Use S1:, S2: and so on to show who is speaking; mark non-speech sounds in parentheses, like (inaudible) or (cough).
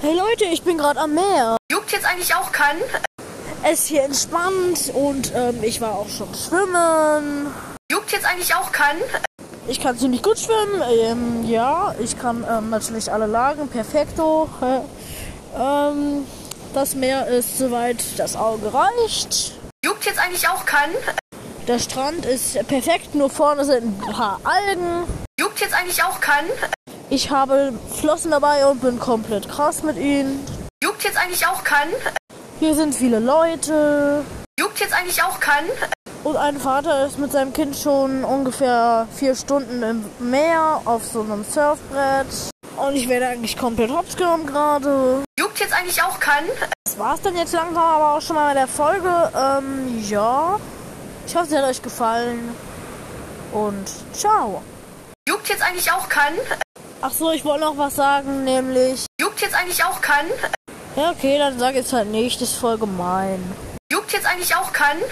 S1: Hey Leute, ich bin gerade am Meer.
S2: Juckt jetzt eigentlich auch keinen?
S1: Es ist hier entspannt und ähm, ich war auch schon schwimmen.
S2: Juckt jetzt eigentlich auch keinen?
S1: Ich kann ziemlich gut schwimmen. Ähm, ja, ich kann ähm, natürlich alle Lagen. Perfekto. (laughs) Hä? Ähm, das Meer ist soweit das Auge reicht.
S2: Juckt jetzt eigentlich auch keinen?
S1: Der Strand ist perfekt, nur vorne sind ein paar Algen.
S2: Juckt jetzt eigentlich auch keinen?
S1: Ich habe Flossen dabei und bin komplett krass mit ihnen.
S2: Juckt jetzt eigentlich auch keinen?
S1: Hier sind viele Leute.
S2: Juckt jetzt eigentlich auch keinen?
S1: Und ein Vater ist mit seinem Kind schon ungefähr vier Stunden im Meer auf so einem Surfbrett. Und ich werde eigentlich komplett hops genommen gerade.
S2: Juckt jetzt eigentlich auch keinen?
S1: Das war's dann jetzt langsam aber auch schon mal mit der Folge. Ähm, ja. Ich hoffe, sie hat euch gefallen. Und ciao.
S2: Juckt jetzt eigentlich auch keinen?
S1: Ach so, ich wollte noch was sagen, nämlich.
S2: Juckt jetzt eigentlich auch keinen?
S1: Ja, okay, dann sag jetzt halt nicht, das ist voll gemein.
S2: Juckt jetzt eigentlich auch keinen?